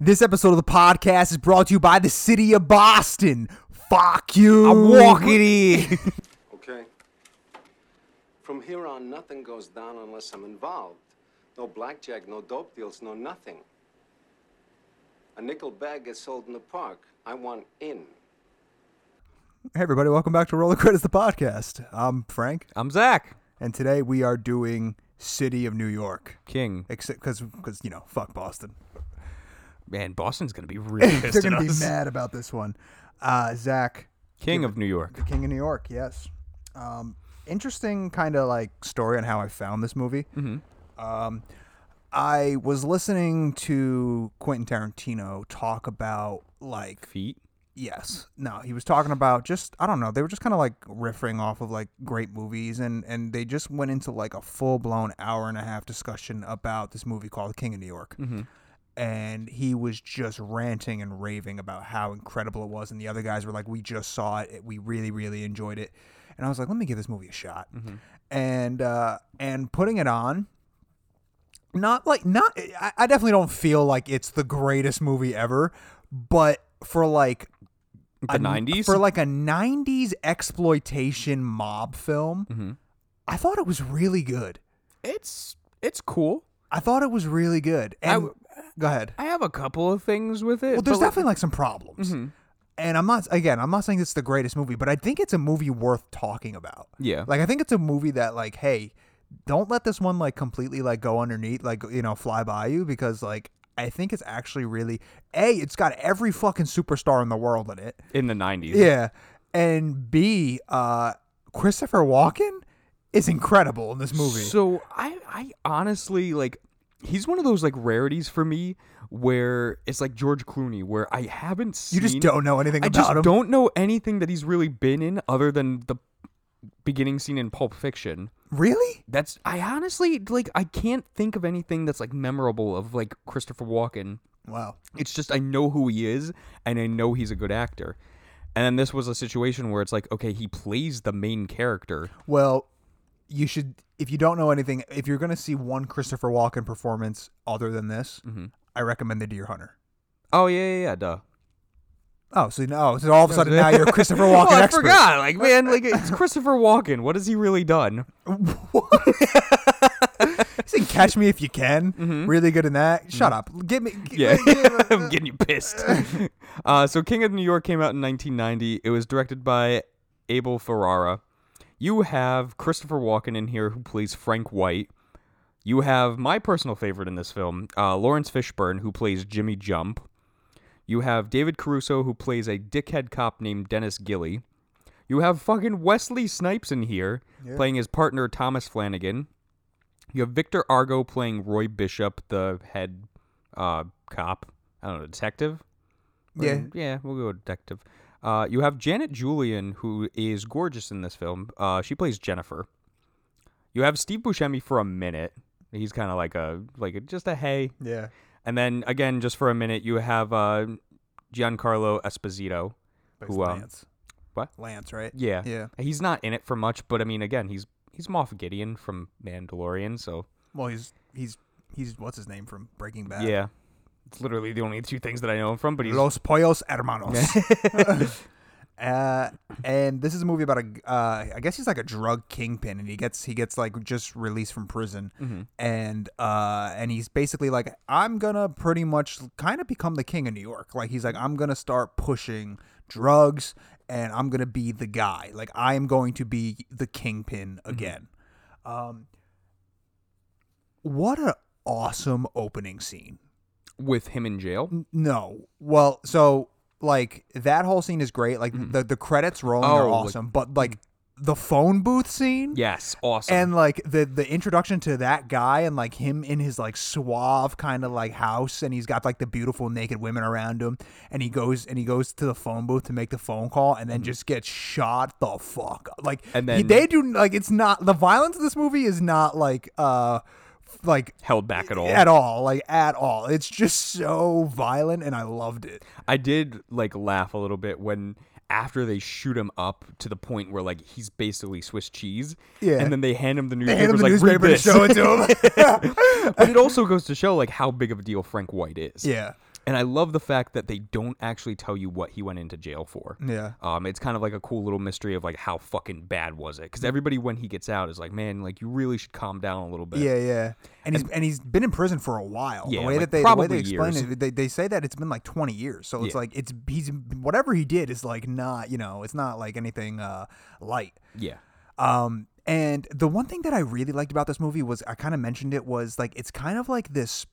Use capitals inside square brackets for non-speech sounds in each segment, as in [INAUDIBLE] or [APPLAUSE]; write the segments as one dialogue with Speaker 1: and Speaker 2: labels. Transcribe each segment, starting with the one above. Speaker 1: This episode of the podcast is brought to you by the city of Boston. Fuck you.
Speaker 2: I'm walking in. [LAUGHS]
Speaker 3: Okay. From here on, nothing goes down unless I'm involved. No blackjack, no dope deals, no nothing. A nickel bag gets sold in the park. I want in.
Speaker 1: Hey, everybody. Welcome back to Roller Credits, the podcast. I'm Frank,
Speaker 2: I'm Zach
Speaker 1: and today we are doing City of New York.
Speaker 2: King.
Speaker 1: Except because, because you know, fuck Boston.
Speaker 2: Man, Boston's gonna be really pissed
Speaker 1: [LAUGHS] They're
Speaker 2: at
Speaker 1: going to be
Speaker 2: us.
Speaker 1: mad about this one. Uh, Zach,
Speaker 2: King of New York.
Speaker 1: the King of New York, yes. Um, interesting kind of like story on how I found this movie. Um,
Speaker 2: Mm-hmm.
Speaker 1: I was listening to Quentin Tarantino talk about like
Speaker 2: Feet.
Speaker 1: Yes. No, he was talking about just I don't know. They were just kind of like riffing off of like great movies, and and they just went into like a full blown hour and a half discussion about this movie called King of New York. And he was just ranting and raving about how incredible it was, and the other guys were like, "We just saw it. We really, really enjoyed it." And I was like, "Let me give this movie a shot." And uh, and putting it on, not like not I, I definitely don't feel like it's the greatest movie ever but for like
Speaker 2: The
Speaker 1: a-
Speaker 2: nineties.
Speaker 1: for like a 90s exploitation mob film
Speaker 2: Mm-hmm.
Speaker 1: i thought it was really good
Speaker 2: it's it's cool.
Speaker 1: i thought it was really good and
Speaker 2: w-
Speaker 1: go ahead
Speaker 2: I have a couple of things with it.
Speaker 1: well there's
Speaker 2: but, like, Mm-hmm.
Speaker 1: definitely like some problems and i'm not again i'm not saying it's the greatest movie but i think it's a movie worth talking about
Speaker 2: Yeah.
Speaker 1: like i think it's a movie that like hey don't let this one like completely like go underneath like you know fly by you because like i think it's actually really a it's got every fucking superstar in the world in it
Speaker 2: in the nineties.
Speaker 1: Yeah. And B, uh, Christopher Walken is incredible in this movie.
Speaker 2: So I I honestly like he's one of those like rarities for me where it's like George Clooney where I haven't seen
Speaker 1: you just don't know anything
Speaker 2: I
Speaker 1: about
Speaker 2: just
Speaker 1: him.
Speaker 2: don't know anything that he's really been in other than the beginning scene in Pulp Fiction.
Speaker 1: Really?
Speaker 2: That's I honestly like I can't think of anything that's like memorable of like Christopher Walken.
Speaker 1: Wow.
Speaker 2: It's just I know who he is and I know he's a good actor. And then this was a situation where it's like, okay, he plays the main character.
Speaker 1: Well, you should if you don't know anything, if you're gonna see one Christopher Walken performance other than this,
Speaker 2: Mm-hmm.
Speaker 1: I recommend the Deer Hunter.
Speaker 2: Oh yeah, yeah, yeah duh.
Speaker 1: Oh, so no, so all of a sudden now you're a
Speaker 2: [LAUGHS]
Speaker 1: Christopher Walken
Speaker 2: well, Oh, I
Speaker 1: expert.
Speaker 2: forgot. Like, man, like it's Christopher Walken. What has he really done?
Speaker 1: He's in Catch Me If You Can. Really good in that. Shut up. Give me. g-
Speaker 2: Mm-hmm.
Speaker 1: [LAUGHS]
Speaker 2: Yeah,
Speaker 1: give-
Speaker 2: [LAUGHS] I'm getting you pissed. Uh, so, King of New York came out in 1990. It was directed by Abel Ferrara. You have Christopher Walken in here, who plays Frank White. You have my personal favorite in this film, uh, Lawrence Fishburne, who plays Jimmy Jump. You have David Caruso, who plays a dickhead cop named Dennis Gilly. You have fucking Wesley Snipes in here, playing his partner Thomas Flanagan. You have Victor Argo playing Roy Bishop, the head uh, cop. I don't know, detective?
Speaker 1: yeah.
Speaker 2: Yeah, we'll go with detective. Uh, you have Janet Julian, who is gorgeous in this film. Uh, she plays Jennifer. You have Steve Buscemi for a minute. He's kind of like a like a, just a hey.
Speaker 1: Yeah.
Speaker 2: And then again, just for a minute, you have uh, Giancarlo Esposito,
Speaker 1: But it's
Speaker 2: who um,
Speaker 1: Lance.
Speaker 2: what?
Speaker 1: Lance, right?
Speaker 2: yeah
Speaker 1: Yeah.
Speaker 2: he's not in it for much, but I mean again, he's he's Moff Gideon from Mandalorian, so
Speaker 1: Well, he's he's he's what's his name from Breaking Bad.
Speaker 2: yeah, it's literally the only two things that I know him from. But he's
Speaker 1: Los Pollos Hermanos. [LAUGHS] uh, and this is a movie about a uh, I guess he's like a drug kingpin, and he gets he gets like just released from prison, and uh, and he's basically like I'm gonna pretty much kind of become the king of New York. Like he's like I'm gonna start pushing drugs, and I'm gonna be the guy. Like I am going to be the kingpin again. Um, what a awesome opening scene.
Speaker 2: with him in jail.
Speaker 1: No. Well, so like that whole scene is great. Like the the credits rolling are
Speaker 2: Mm-hmm. Oh, like- mm-hmm.
Speaker 1: awesome, but like the phone booth scene.
Speaker 2: Yes, awesome.
Speaker 1: And like the the introduction to that guy and like him in his like suave kind of like house and he's got like the beautiful naked women around him and he goes and he goes to the phone booth to make the phone call and then just gets shot the fuck up. like
Speaker 2: Mm-hmm. And
Speaker 1: he-
Speaker 2: then-
Speaker 1: they do like it's not the violence of this movie is not like uh f- like
Speaker 2: held back at all.
Speaker 1: at all like at all it's just so violent and i loved it
Speaker 2: I did like laugh a little bit when after they shoot him up to the point where like he's basically Swiss cheese.
Speaker 1: Yeah.
Speaker 2: And then they hand him the
Speaker 1: they hand him
Speaker 2: newspapers
Speaker 1: the
Speaker 2: like
Speaker 1: newspaper
Speaker 2: read [LAUGHS]
Speaker 1: to
Speaker 2: this.
Speaker 1: show it
Speaker 2: [LAUGHS]
Speaker 1: to him [LAUGHS]
Speaker 2: but it also goes to show like how big of a deal Frank White is.
Speaker 1: yeah
Speaker 2: And I love the fact that they don't actually tell you what he went into jail for.
Speaker 1: Yeah.
Speaker 2: Um, it's kind of like a cool little mystery of like how fucking bad was it? Because everybody when he gets out is like, man, like you really should calm down a little bit.
Speaker 1: Yeah, yeah, and he's and he's been in prison for a while.
Speaker 2: Yeah,
Speaker 1: the way that
Speaker 2: like,
Speaker 1: they the way
Speaker 2: probably
Speaker 1: they explain
Speaker 2: years.
Speaker 1: it, they, they say that it's been like twenty years. So it's
Speaker 2: Yeah.
Speaker 1: like it's he's whatever he did is like not you know it's not like anything uh, light.
Speaker 2: Yeah.
Speaker 1: Um, and the one thing that I really liked about this movie was I kind of mentioned it was like it's kind of like this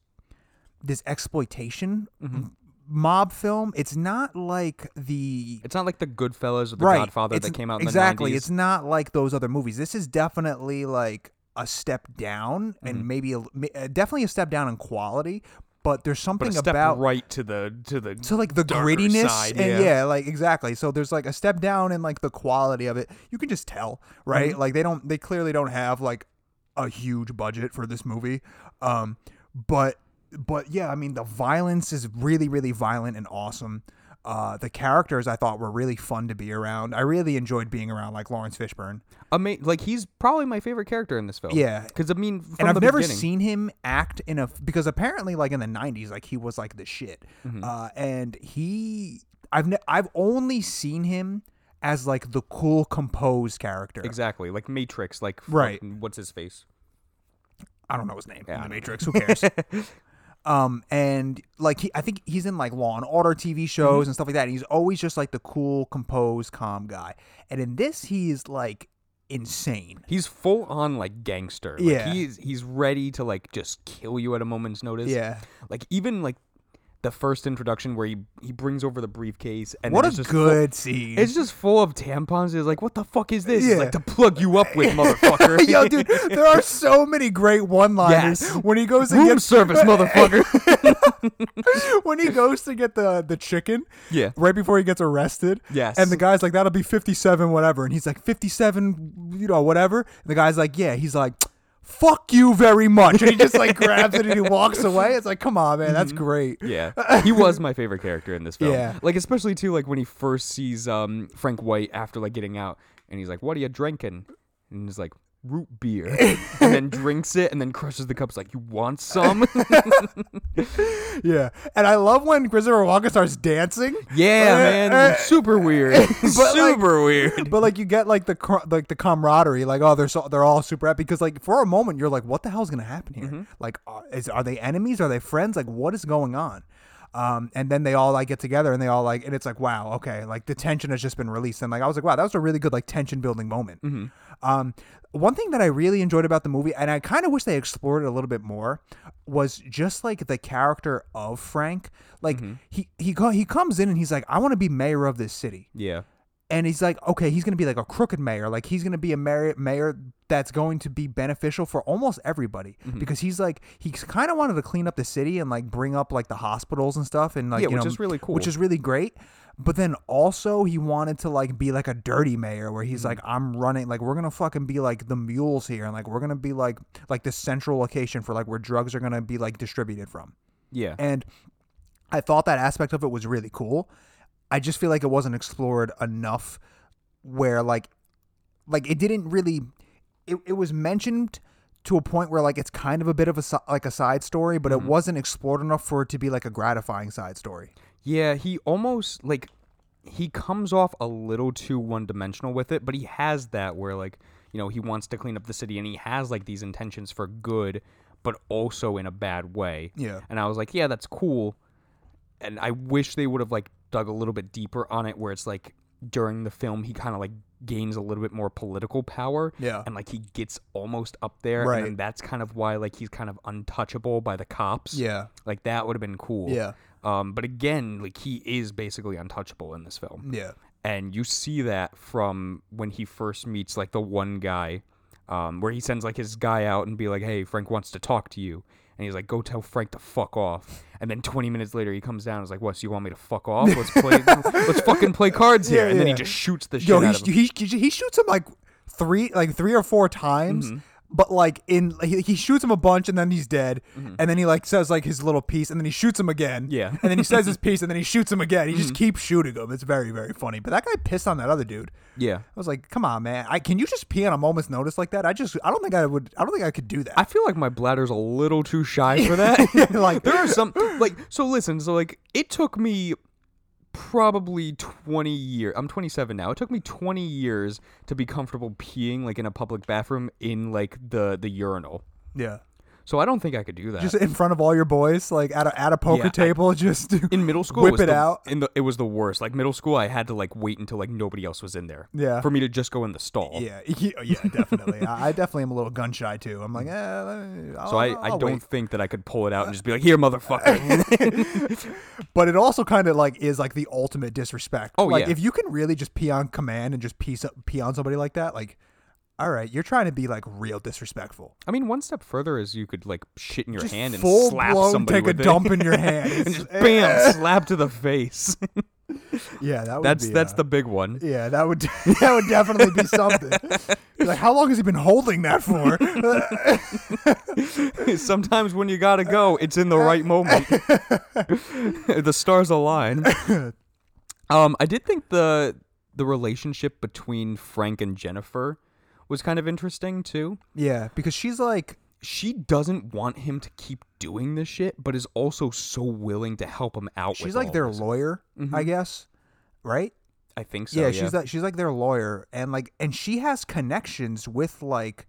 Speaker 1: this exploitation
Speaker 2: Mm-hmm.
Speaker 1: m- mob film. It's not like the
Speaker 2: It's not like the Goodfellas or the
Speaker 1: right
Speaker 2: Godfather
Speaker 1: it's-
Speaker 2: that came out in
Speaker 1: exactly.
Speaker 2: the 90s.
Speaker 1: It's not like those other movies. This is definitely like a step down
Speaker 2: Mm-hmm.
Speaker 1: and maybe a, ma- uh, definitely a step down in quality. But there's
Speaker 2: but
Speaker 1: something
Speaker 2: a step
Speaker 1: about
Speaker 2: right to the to the
Speaker 1: so like the
Speaker 2: darker
Speaker 1: grittiness
Speaker 2: side,
Speaker 1: and yeah. like exactly so there's like a step down in like the quality of it you can just tell right
Speaker 2: Mm-hmm.
Speaker 1: like they don't they clearly don't have like a huge budget for this movie um but but yeah i mean the violence is really really violent and awesome uh, the characters I thought were really fun to be around. I really enjoyed being around like Lawrence Fishburne,
Speaker 2: Ama- like he's probably my favorite character in this film.
Speaker 1: Yeah.
Speaker 2: because I mean, from
Speaker 1: and I've
Speaker 2: the
Speaker 1: never
Speaker 2: beginning-
Speaker 1: seen him act in a because apparently like in the 90s like he was like the shit
Speaker 2: Mm-hmm.
Speaker 1: uh, and he I've ne- I've only seen him as like the cool composed character
Speaker 2: exactly like Matrix, like
Speaker 1: Right.
Speaker 2: fucking- What's his face?
Speaker 1: I don't know his name in
Speaker 2: I
Speaker 1: the
Speaker 2: know.
Speaker 1: Matrix who cares
Speaker 2: [LAUGHS]
Speaker 1: um and like he, I think he's in like Law and Order TV shows
Speaker 2: Mm-hmm.
Speaker 1: and stuff like that and he's always just like the cool composed calm guy and in this he's like insane
Speaker 2: He's full on like gangster. Like,
Speaker 1: Yeah.
Speaker 2: he's he's ready to like just kill you at a moment's notice.
Speaker 1: Yeah.
Speaker 2: like even like the first introduction where he he brings over the briefcase and
Speaker 1: what
Speaker 2: then
Speaker 1: a
Speaker 2: it's just
Speaker 1: good
Speaker 2: Full-
Speaker 1: scene
Speaker 2: it's just full of tampons. It's like, what the fuck is this? It's
Speaker 1: Yeah.
Speaker 2: like to plug you up with,
Speaker 1: [LAUGHS] [LAUGHS]
Speaker 2: motherfucker.
Speaker 1: Yo,
Speaker 2: [LAUGHS]
Speaker 1: dude, there are so many great one-liners.
Speaker 2: Yes.
Speaker 1: When he goes to
Speaker 2: room
Speaker 1: get [LAUGHS]
Speaker 2: service, motherfucker.
Speaker 1: when he goes to get the the chicken,
Speaker 2: Yeah.
Speaker 1: right before he gets arrested.
Speaker 2: Yes.
Speaker 1: and the guy's like, "That'll be fifty-seven, whatever," and he's like, "57, you know, whatever." And the guy's like, "Yeah," he's like. Fuck you very much. And he just like grabs it and he walks away. It's like, come on, man, that's great.
Speaker 2: Mm-hmm. [LAUGHS] Yeah, he was my favorite character in this film.
Speaker 1: Yeah.
Speaker 2: like especially too, like when he first sees um Frank White after like getting out, and he's like, "What are you drinking?" And he's like, "Root beer," and [LAUGHS] then drinks it, and then crushes the cups like, "You want some?"
Speaker 1: Yeah. And I love when Christopher Walken starts dancing.
Speaker 2: [LAUGHS] yeah,
Speaker 1: Uh,
Speaker 2: [LAUGHS] man,
Speaker 1: uh,
Speaker 2: super [LAUGHS] weird, super weird.
Speaker 1: But like you get like the cr- like the camaraderie, like oh they're so, they're all super happy because like for a moment you're like what the hell's gonna happen here? Like are, is are they enemies? Are they friends? Like what is going on? Um, and then they all like get together and they all like and it's like wow okay like the tension has just been released and like I was like wow that was a really good like tension building moment. Um, one thing that I really enjoyed about the movie and I kind of wish they explored it a little bit more was just like the character of Frank. Like he he co- he comes in and he's like I want to be mayor of this city
Speaker 2: Yeah,
Speaker 1: and he's like, okay, he's gonna be like a crooked mayor. Like he's gonna be a mayor, mayor that's going to be beneficial for almost everybody
Speaker 2: Mm-hmm.
Speaker 1: because he's like he's kind of wanted to clean up the city and like bring up like the hospitals and stuff and like
Speaker 2: Yeah,
Speaker 1: you
Speaker 2: which
Speaker 1: know,
Speaker 2: is really cool.
Speaker 1: which is really great. But then also he wanted to like be like a dirty mayor where
Speaker 2: Mm-hmm.
Speaker 1: he's like, I'm running like we're gonna fucking be like the mules here and like we're gonna be like like the central location for like where drugs are gonna be like distributed from.
Speaker 2: yeah.
Speaker 1: And I thought that aspect of it was really cool. I just feel like it wasn't explored enough where like like it didn't really it, it was mentioned to a point where like it's kind of a bit of a si- like a side story, but it wasn't explored enough for it to be like a gratifying side story.
Speaker 2: Yeah, he almost like he comes off a little too one-dimensional with it, but he has that where like, you know, he wants to clean up the city and he has like these intentions for good, but also in a bad way.
Speaker 1: Yeah.
Speaker 2: And I was like, yeah, that's cool. And I wish they would have like dug a little bit deeper on it where it's like during the film he kind of like gains a little bit more political power
Speaker 1: Yeah.
Speaker 2: and like he gets almost up there
Speaker 1: Right.
Speaker 2: and then that's kind of why like he's kind of untouchable by the cops
Speaker 1: Yeah.
Speaker 2: like that would have been cool.
Speaker 1: Yeah.
Speaker 2: Um, but again, like he is basically untouchable in this film,
Speaker 1: Yeah.
Speaker 2: and you see that from when he first meets like the one guy, um, where he sends like his guy out and be like, "Hey, Frank wants to talk to you," and he's like, "Go tell Frank to fuck off." And then 20 minutes later, he comes down and is like, "What? So you want me to fuck off?
Speaker 1: [LAUGHS]
Speaker 2: Let's play. let's fucking play cards here."
Speaker 1: Yeah,
Speaker 2: and then he
Speaker 1: yeah.
Speaker 2: just shoots the shit
Speaker 1: Yo,
Speaker 2: out
Speaker 1: he,
Speaker 2: of him. Mm-hmm.
Speaker 1: sh- he, sh- he shoots him like three like three or four times. but like in he, he shoots him a bunch and then he's dead and then he like says like his little piece and then he shoots him again
Speaker 2: Mm-hmm. Yeah. Mm-hmm.
Speaker 1: and then he says his piece and then he shoots him again he just keeps shooting him it's very very funny but that guy pissed on that other dude
Speaker 2: Yeah.
Speaker 1: I was like come on man I can you just pee on a moment's notice like that I just I don't think I would I don't think I could do that
Speaker 2: I feel like my bladder's a little too shy
Speaker 1: [LAUGHS]
Speaker 2: for that.
Speaker 1: like-
Speaker 2: there are some like so listen, so like it took me probably 20 years. I'm 27 now. It took me 20 years to be comfortable peeing like in a public bathroom in like the the urinal.
Speaker 1: yeah
Speaker 2: So I don't think I could do that.
Speaker 1: just in front of all your boys like at a, at a poker
Speaker 2: Yeah, I-
Speaker 1: table [LAUGHS] just
Speaker 2: in middle school, it
Speaker 1: whip
Speaker 2: was
Speaker 1: it
Speaker 2: the-
Speaker 1: out
Speaker 2: In the, it was the worst. Like middle school, I had to like wait until like nobody else was in there.
Speaker 1: Yeah.
Speaker 2: For me to just go in the stall.
Speaker 1: yeah yeah, yeah definitely
Speaker 2: [LAUGHS]
Speaker 1: I, I definitely am a little gun shy too I'm like eh, i
Speaker 2: So I, I don't think that I could pull it
Speaker 1: Uh,
Speaker 2: out and just be like, here,
Speaker 1: [LAUGHS]
Speaker 2: motherfucker.
Speaker 1: But it also kind of like is like the ultimate disrespect.
Speaker 2: Oh,
Speaker 1: like
Speaker 2: yeah.
Speaker 1: if you can really just pee on command and just pee, so- pee on somebody like that, like, all right, you're trying to be like real disrespectful.
Speaker 2: I mean, one step further is you could like shit in your
Speaker 1: Just
Speaker 2: hand and
Speaker 1: full
Speaker 2: slap
Speaker 1: blown
Speaker 2: somebody
Speaker 1: take a
Speaker 2: with it.
Speaker 1: dump in your hand.
Speaker 2: and [LAUGHS] just bam, slap to
Speaker 1: [LAUGHS]
Speaker 2: the face.
Speaker 1: yeah, that would
Speaker 2: that's
Speaker 1: be,
Speaker 2: that's
Speaker 1: uh,
Speaker 2: the big one.
Speaker 1: Yeah, that would [LAUGHS] that would definitely be
Speaker 2: [LAUGHS]
Speaker 1: something. like, how long has he been holding that for? [LAUGHS]
Speaker 2: [LAUGHS] Sometimes when you gotta go, it's in the right
Speaker 1: [LAUGHS]
Speaker 2: moment. [LAUGHS] the stars align. Um, I did think the the relationship between Frank and Jennifer was kind of interesting too.
Speaker 1: yeah, because she's like,
Speaker 2: She doesn't want him to keep doing this shit, but is also so willing to help him out.
Speaker 1: she's
Speaker 2: with all Mm-hmm.
Speaker 1: like their
Speaker 2: this.
Speaker 1: lawyer, I guess, right?
Speaker 2: I think so.
Speaker 1: yeah,
Speaker 2: Yeah,
Speaker 1: she's like she's like their lawyer, and like and she has connections with like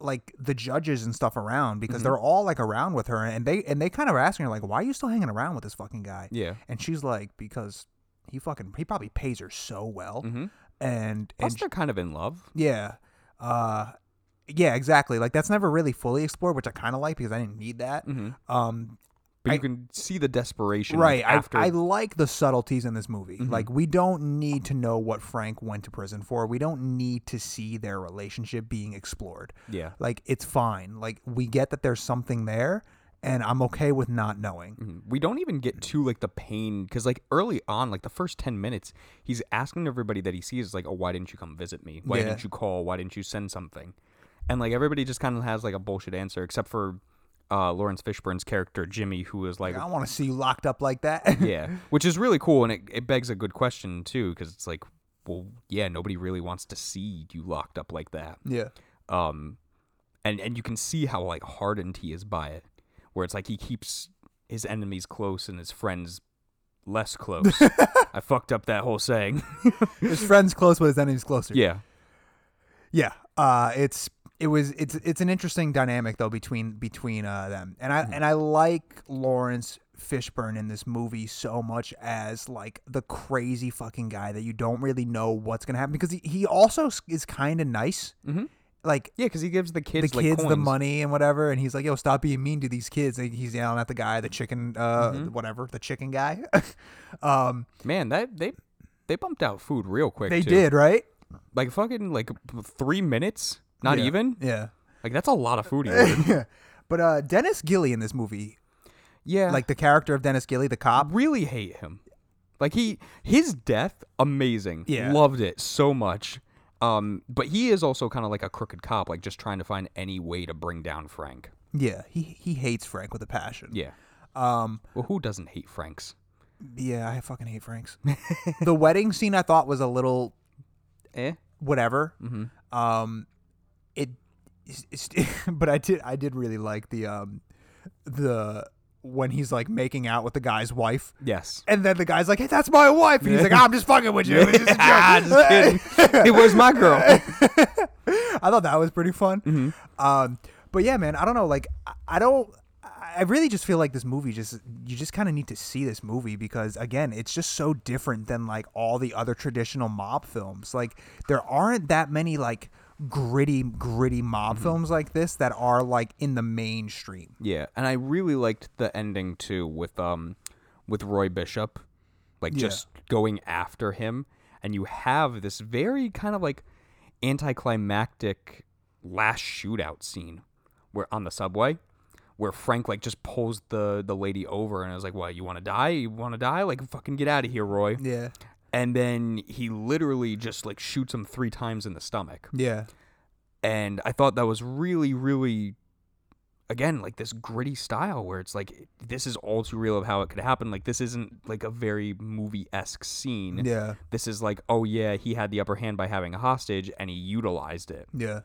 Speaker 1: like the judges and stuff around
Speaker 2: Mm-hmm.
Speaker 1: because they're all like around with her, and they and they kind of are asking her like, why are you still hanging around with this fucking guy?
Speaker 2: Yeah.
Speaker 1: and she's like, because he fucking he probably pays her so well, and
Speaker 2: Mm-hmm. Plus,
Speaker 1: and
Speaker 2: they're kind of in love.
Speaker 1: yeah, uh, yeah, exactly. Like that's never really fully explored, which I kind of like because I didn't need that.
Speaker 2: Mm-hmm.
Speaker 1: Um,
Speaker 2: But
Speaker 1: I-
Speaker 2: you can see the desperation.
Speaker 1: right
Speaker 2: Like, after Mm-hmm.
Speaker 1: I, I like the subtleties in this movie like we don't need to know what frank went to prison for we don't need to see their relationship being explored
Speaker 2: Yeah.
Speaker 1: like it's fine like we get that there's something there and i'm okay with not knowing
Speaker 2: we don't even get to like the pain because like early on like the first 10 minutes he's asking everybody that he sees like oh why didn't you come visit me why
Speaker 1: Yeah.
Speaker 2: didn't you call why didn't you send something and like everybody just kind of has like a bullshit answer except for uh lawrence fishburne's character jimmy who is like
Speaker 1: i don't want to see you locked up like that
Speaker 2: yeah which is really cool and it, it begs a good question too because it's like well yeah nobody really wants to see you locked up like that
Speaker 1: [LAUGHS] yeah
Speaker 2: um and and you can see how like hardened he is by it where it's like he keeps his enemies close and his friends
Speaker 1: [LAUGHS]
Speaker 2: less close i fucked up that whole saying
Speaker 1: his friends close but his enemies closer
Speaker 2: yeah
Speaker 1: Yeah, uh, it's it was it's it's an interesting dynamic though between between uh, them, and
Speaker 2: Mm-hmm.
Speaker 1: I and I like Lawrence Fishburne in this movie so much as like the crazy fucking guy that you don't really know what's gonna happen because he, he also s- is kind of nice, mm-hmm. like.
Speaker 2: yeah because he gives the
Speaker 1: The
Speaker 2: kids like
Speaker 1: kids, the
Speaker 2: coins.
Speaker 1: money, and whatever, and he's like, "Yo, stop being mean to these kids." And he's yelling at the guy, the chicken, uh,
Speaker 2: Mm-hmm.
Speaker 1: whatever, the chicken guy. [LAUGHS] um,
Speaker 2: man that they they bumped out food real quick
Speaker 1: they
Speaker 2: too.
Speaker 1: did right.
Speaker 2: like fucking like three minutes not
Speaker 1: Yeah.
Speaker 2: even
Speaker 1: yeah. [LAUGHS]
Speaker 2: like that's a lot of food he ordered.
Speaker 1: But uh, Dennis Gilly in this movie,
Speaker 2: yeah
Speaker 1: like the character of Dennis Gilly, the cop,
Speaker 2: really hate him. Like he his death amazing.
Speaker 1: Yeah.
Speaker 2: Loved it so much. Um but he is also kind of like a crooked cop like just trying to find any way to bring down Frank.
Speaker 1: Yeah, he he hates Frank with a passion.
Speaker 2: Yeah.
Speaker 1: Um.
Speaker 2: Well, who doesn't hate Franks?
Speaker 1: Yeah, I fucking hate Frank's. the wedding scene I thought was a little
Speaker 2: Eh?
Speaker 1: whatever. Mm-hmm. Um. It. it's- it's- [LAUGHS] but I did I did really like the um the when he's like making out with the guy's wife.
Speaker 2: Yes.
Speaker 1: And then the guy's like, "Hey, that's my wife," and he's like, "I'm just fucking with you." It's just a joke."
Speaker 2: [LAUGHS] [LAUGHS] just kidding. it was my
Speaker 1: [LAUGHS]
Speaker 2: girl.
Speaker 1: I thought that was pretty fun. Um, but yeah, man, I don't know. Like, I- I don't. I really just feel like this movie just you just kind of need to see this movie because again, it's just so different than like all the other traditional mob films. Like, there aren't that many like gritty, gritty mob films like this that are like in the mainstream.
Speaker 2: Yeah, and I really liked the ending too with um with Roy Bishop, like
Speaker 1: Yeah.
Speaker 2: just going after him, and you have this very kind of like anticlimactic last shootout scene where on the subway where Frank like just pulls the the lady over and I was like, "What? You want to die? You want to die? Like fucking get out of here, Roy!"
Speaker 1: Yeah,
Speaker 2: And then he literally just like shoots him three times in the stomach
Speaker 1: yeah,
Speaker 2: And I thought that was really, really, again, like this gritty style where it's like, this is all too real of how it could happen. Like, this isn't like a very movie esque scene.
Speaker 1: Yeah.
Speaker 2: This is like, oh, yeah, he had the upper hand by having a hostage and he utilized it
Speaker 1: Yeah.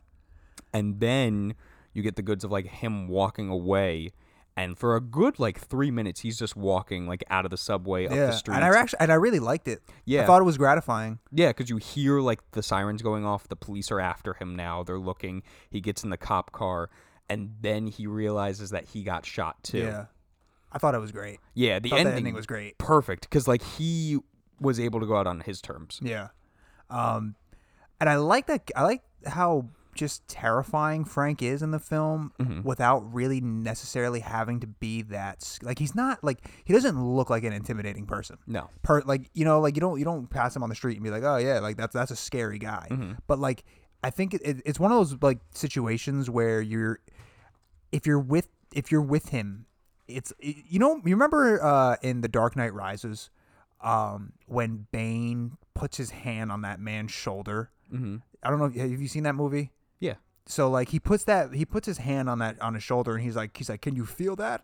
Speaker 2: and then you get the goods of like him walking away and for a good like three minutes he's just walking like out of the subway up
Speaker 1: yeah.
Speaker 2: the street
Speaker 1: And I actually and I really liked it. I
Speaker 2: Yeah.
Speaker 1: thought it was gratifying.
Speaker 2: yeah because you hear like the sirens going off the police are after him now they're looking he gets in the cop car and then he realizes that he got shot too
Speaker 1: Yeah. I thought it was great.
Speaker 2: Yeah, the
Speaker 1: Thought
Speaker 2: ending,
Speaker 1: that ending was great.
Speaker 2: perfect because like he was able to go out on his terms
Speaker 1: Yeah. Um and I like that I like how just terrifying Frank is in the film without really necessarily having to be that s- like he's not like he doesn't look like an intimidating person.
Speaker 2: No.
Speaker 1: Per, like you know like you don't you don't pass him on the street and be like, "Oh yeah, like that's that's a scary guy." But like I think it, it, it's one of those like situations where you're if you're with if you're with him, it's you know you remember uh, in the Dark Knight Rises, um, when Bane puts his hand on that man's shoulder. Mm-hmm. I don't know. Have you seen that movie?
Speaker 2: yeah
Speaker 1: So like he puts that he puts his hand on that on his shoulder and he's like he's like, can you feel that?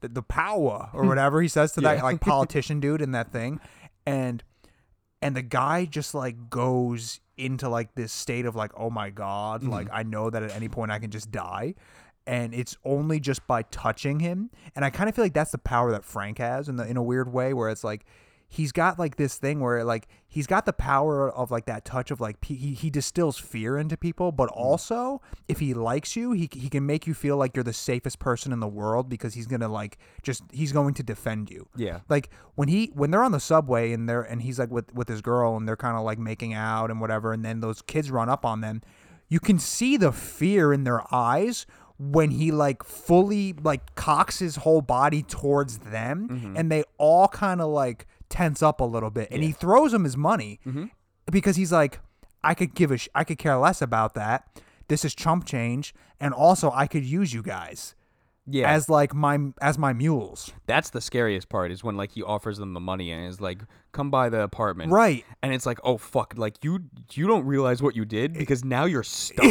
Speaker 1: The, the power or whatever he says to that
Speaker 2: Yeah.
Speaker 1: like politician dude in that thing, and and the guy just like goes into like this state of like oh my god like i know that at any point i can just die and it's only just by touching him and i kind of feel like that's the power that frank has in the in a weird way where it's like he's got like this thing where like he's got the power of like that touch of like pe- he, he distills fear into people but also if he likes you he, he can make you feel like you're the safest person in the world because he's gonna like just he's going to defend you
Speaker 2: Yeah.
Speaker 1: like when he when they're on the subway and they're and he's like with with his girl and they're kind of like making out and whatever and then those kids run up on them you can see the fear in their eyes when he like fully like cocks his whole body towards them and they all kind of like tense up a little bit and he throws him his money because he's like i could give a sh- i could care less about that this is chump change and also i could use you guys
Speaker 2: yeah
Speaker 1: as like my as my mules
Speaker 2: That's the scariest part is when like he offers them the money and is like, "Come by the apartment."
Speaker 1: Right.
Speaker 2: And it's like, "Oh fuck, like you you don't realize what you did because now
Speaker 1: [LAUGHS]
Speaker 2: you're stuck.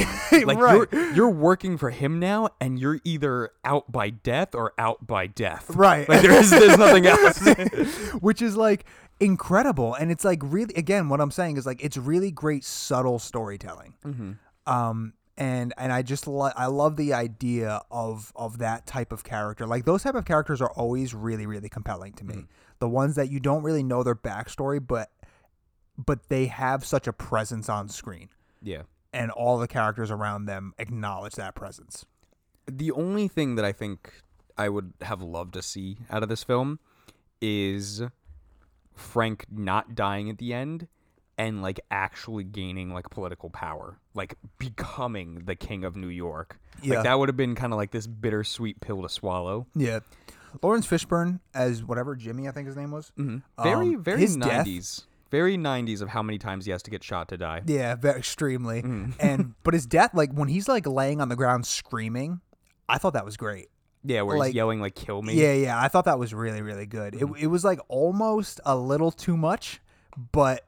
Speaker 1: Eh,
Speaker 2: like
Speaker 1: Right.
Speaker 2: you're you're working for him now and you're either out by death or out by death."
Speaker 1: Right.
Speaker 2: Like there's
Speaker 1: [LAUGHS]
Speaker 2: there's nothing else.
Speaker 1: which is like incredible and it's like really again what i'm saying is like it's really great subtle storytelling um and and i just lo- i love the idea of of that type of character like those type of characters are always really really compelling to me the ones that you don't really know their backstory but but they have such a presence on screen
Speaker 2: yeah.
Speaker 1: and all the characters around them acknowledge that presence
Speaker 2: The only thing that I think I would have loved to see out of this film is Frank not dying at the end and like actually gaining like political power, like becoming the king of New York.
Speaker 1: Yeah.
Speaker 2: Like that would have been kind of like this bittersweet pill to swallow.
Speaker 1: yeah lawrence fishburne as whatever jimmy i think his name was
Speaker 2: Very,
Speaker 1: Um,
Speaker 2: very
Speaker 1: his death-
Speaker 2: 90s. Very 90s of how many times he has to get shot to die.
Speaker 1: Yeah, ve- extremely. and but his death, like when he's like laying on the ground screaming, I thought that was great.
Speaker 2: Yeah, where
Speaker 1: Like-
Speaker 2: he's yelling like "kill me."
Speaker 1: Yeah, yeah, I thought that was really, really good. It, it was like almost a little too much, but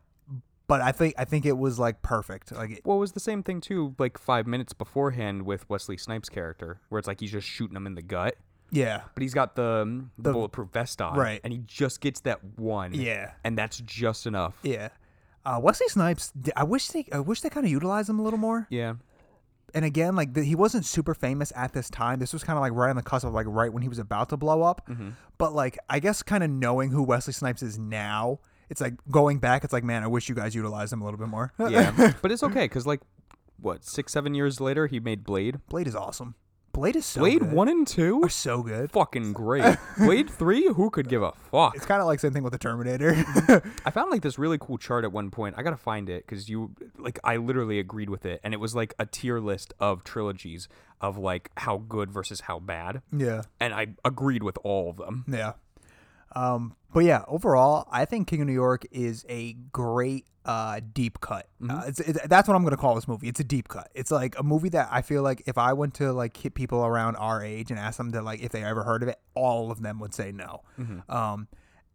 Speaker 1: but I think I think it was like perfect. Like it,
Speaker 2: Well, it was the same thing too, like five minutes beforehand with Wesley Snipes' character, where it's like he's just shooting him in the gut.
Speaker 1: yeah,
Speaker 2: but he's got the, um, the bulletproof vest on,
Speaker 1: right.
Speaker 2: And he just gets that one,
Speaker 1: Yeah.
Speaker 2: and that's just enough.
Speaker 1: yeah. Uh, Wesley Snipes, d- I wish they I wish they kind of utilized him a little more.
Speaker 2: yeah,
Speaker 1: [LAUGHS] and again, like the, he wasn't super famous at this time. This was kind of like right on the cusp of like right when he was about to blow up.
Speaker 2: Mm-hmm.
Speaker 1: But like, I guess kind of knowing who Wesley Snipes is now, it's like going back. It's like, man, I wish you guys utilized him a little bit more.
Speaker 2: yeah. but it's okay because like, what six, seven years later, he made Blade.
Speaker 1: [LAUGHS] Blade is awesome. Blade is so
Speaker 2: Blade
Speaker 1: good.
Speaker 2: one and
Speaker 1: [LAUGHS]
Speaker 2: two
Speaker 1: are
Speaker 2: are
Speaker 1: so good.
Speaker 2: fucking great. Blade three, who could give a fuck?
Speaker 1: It's kind of like same thing with the Terminator.
Speaker 2: I found like this really cool chart at one point. I gotta find it because you like I literally agreed with it, and it was like a tier list of trilogies of like how good versus how bad.
Speaker 1: [LAUGHS] yeah,
Speaker 2: And I agreed with all of them.
Speaker 1: yeah. Um, but yeah, overall, I think King of New York is a great uh, deep cut. Uh, it's, it, that's what I'm gonna call this movie. It's a deep cut. It's like a movie that I feel like if I went to like hit people around our age and asked them to like if they ever heard of it, all of them would say no. Um,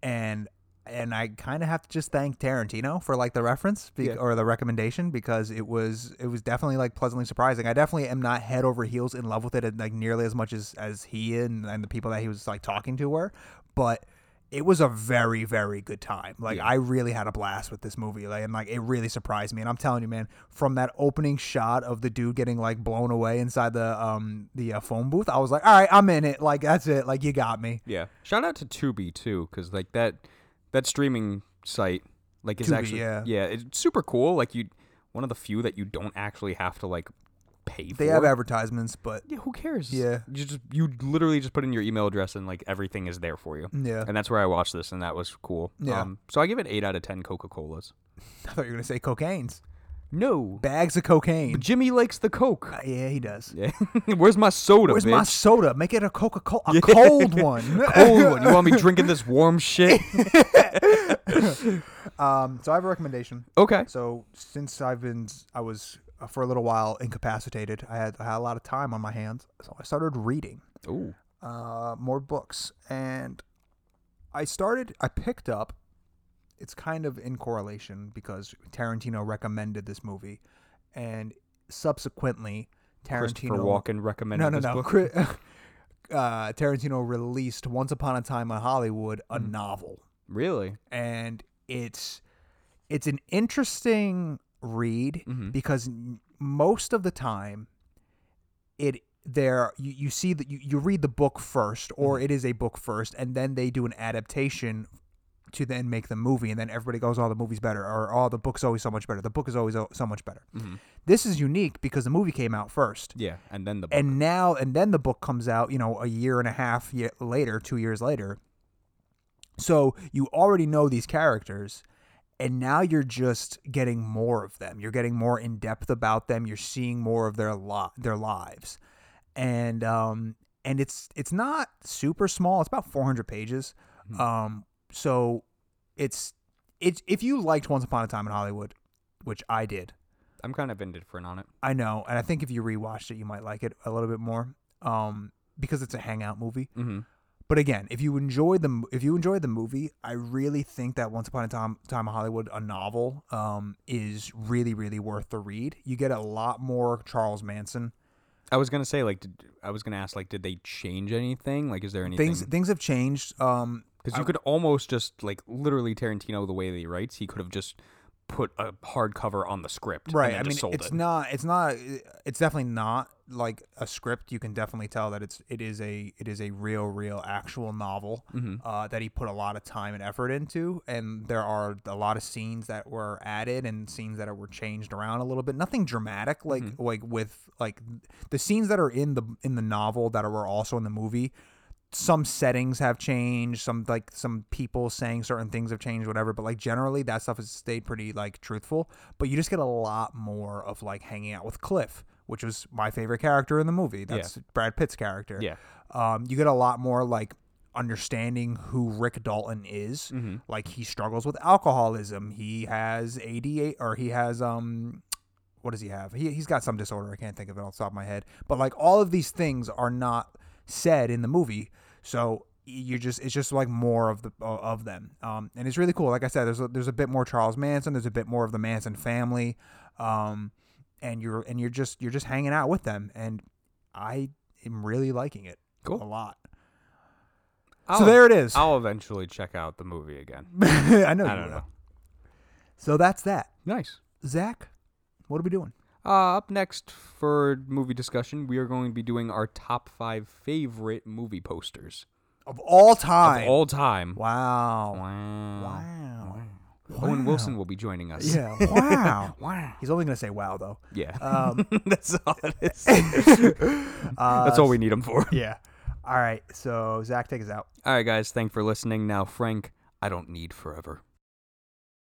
Speaker 1: and and I kind of have to just thank Tarantino for like the reference be-
Speaker 2: Yeah.
Speaker 1: or the recommendation because it was it was definitely like pleasantly surprising. I definitely am not head over heels in love with it and, like nearly as much as as he and and the people that he was like talking to were, but it was a very very good time. Like I really had a blast with this movie, like, and like it really surprised me. And I'm telling you, man, from that opening shot of the dude getting like blown away inside the um the uh, phone booth, I was like, all right, I'm in it. Like that's it. Like you got me.
Speaker 2: Yeah. Shout out to Tubi too, because like that that streaming site like is
Speaker 1: Tubi,
Speaker 2: actually
Speaker 1: yeah.
Speaker 2: it's super cool. Like you, one of the few that you don't actually have to like pay.
Speaker 1: They
Speaker 2: for.
Speaker 1: have advertisements, but [LAUGHS]
Speaker 2: Yeah, who cares?
Speaker 1: Yeah.
Speaker 2: You just you literally just put in your email address and like everything is there for you.
Speaker 1: Yeah.
Speaker 2: And that's where I watched this, and that was cool.
Speaker 1: Yeah.
Speaker 2: Um, so I give it eight out of ten Coca Colas.
Speaker 1: I thought you were gonna say cocaine's
Speaker 2: No.
Speaker 1: bags of cocaine.
Speaker 2: Jimmy likes the Coke.
Speaker 1: Uh, [LAUGHS] yeah, he does.
Speaker 2: [LAUGHS] Yeah. Where's my soda,
Speaker 1: Where's
Speaker 2: bitch?
Speaker 1: my
Speaker 2: [LAUGHS]
Speaker 1: soda? Make it a Coca Cola, a cold one.
Speaker 2: cold one. You want me drinking this
Speaker 1: [LAUGHS]
Speaker 2: warm shit?
Speaker 1: um, so I have a recommendation.
Speaker 2: Okay.
Speaker 1: So since I've been, I was uh, for a little while incapacitated. I had, I had a lot of time on my hands, so I started reading
Speaker 2: Ooh.
Speaker 1: uh, more books, and I started. I picked up. It's kind of in correlation because Tarantino recommended this movie, and subsequently
Speaker 2: Christopher
Speaker 1: Tarantino
Speaker 2: Walken recommended
Speaker 1: no, no,
Speaker 2: this
Speaker 1: no.
Speaker 2: book.
Speaker 1: Cri- [LAUGHS] uh, Tarantino released Once Upon a Time in Hollywood, a
Speaker 2: Hmm.
Speaker 1: novel,
Speaker 2: Really?
Speaker 1: and it's it's an interesting read because n- most of the time it there you, you see that you, you read the book first or it is a book first and then they do an adaptation to then make the movie and then everybody goes all the movie's better or all the book's always so much better the book is always o- so much better this is unique because the movie came out first
Speaker 2: Yeah. And then the book.
Speaker 1: and now and then the book comes out you know a year and a half ye- later two years later so you already know these characters and now you're just getting more of them you're getting more in depth about them you're seeing more of their lot their lives and um and it's it's not super small it's about 400 pages um so it's it's if you liked once upon a time in hollywood which i did
Speaker 2: I'm kind of indifferent on it.
Speaker 1: I know, and I think if you rewatched it, you might like it a little bit more, um, because it's a hangout movie.
Speaker 2: Mhm.
Speaker 1: But again, if you enjoyed the m- if you enjoyed the movie, I really think that Once Upon a Time Time in Hollywood, a novel, um, is really really worth the read. You get a lot more Charles Manson.
Speaker 2: I was gonna say like, did, I was gonna ask like, did they change anything? Like, is there anything?
Speaker 1: Things things have changed. Um,
Speaker 2: Because you could almost just like literally Tarantino the way that he writes, he could have just put a hardcover on the script,
Speaker 1: right
Speaker 2: And then
Speaker 1: i mean
Speaker 2: just sold
Speaker 1: it's
Speaker 2: it.
Speaker 1: not it's not it's definitely not like a script you can definitely tell that it's it is a it is a real real actual novel
Speaker 2: Mm-hmm.
Speaker 1: uh, that he put a lot of time and effort into and there are a lot of scenes that were added and scenes that were changed around a little bit nothing dramatic like
Speaker 2: Mm-hmm.
Speaker 1: like with like the scenes that are in the in the novel that are also in the movie some settings have changed some like some people saying certain things have changed whatever but like generally that stuff has stayed pretty like truthful but you just get a lot more of like hanging out with cliff which was my favorite character in the movie that's brad pitt's character
Speaker 2: Yeah.
Speaker 1: um, you get a lot more like understanding who Rick Dalton is. Like he struggles with alcoholism. He has ADA or he has um what does he have? He he's got some disorder. I can't think of it off the top of my head. But like all of these things are not said in the movie. So you just it's just like more of the of them. Um and it's really cool. Like I said there's a, there's a bit more Charles Manson, there's a bit more of the Manson family. Um and you're and you're just you're just hanging out with them and I am really liking it
Speaker 2: Cool.
Speaker 1: a
Speaker 2: [LAUGHS]
Speaker 1: lot. [LAUGHS]
Speaker 2: I'll-
Speaker 1: so there it is.
Speaker 2: I'll eventually check out the movie again.
Speaker 1: I know
Speaker 2: I
Speaker 1: you
Speaker 2: don't
Speaker 1: will.
Speaker 2: know.
Speaker 1: So that's that.
Speaker 2: Nice.
Speaker 1: Zach, what are we doing?
Speaker 2: Uh, up next for movie discussion, we are going to be doing our top five favorite movie posters
Speaker 1: Of all
Speaker 2: of
Speaker 1: time.
Speaker 2: all time.
Speaker 1: wow.
Speaker 2: Wow.
Speaker 1: Wow.
Speaker 2: Owen Wilson will be joining us.
Speaker 1: Yeah. Wow.
Speaker 2: [LAUGHS] Wow.
Speaker 1: He's only gonna say wow though.
Speaker 2: Yeah.
Speaker 1: Um,
Speaker 2: [LAUGHS] That's all it
Speaker 1: [LAUGHS]
Speaker 2: is. [LAUGHS] That's all we need him for.
Speaker 1: yeah. All right. So Zach, take us out.
Speaker 2: All right, guys. Thanks for listening. Now, Frank, I don't need forever.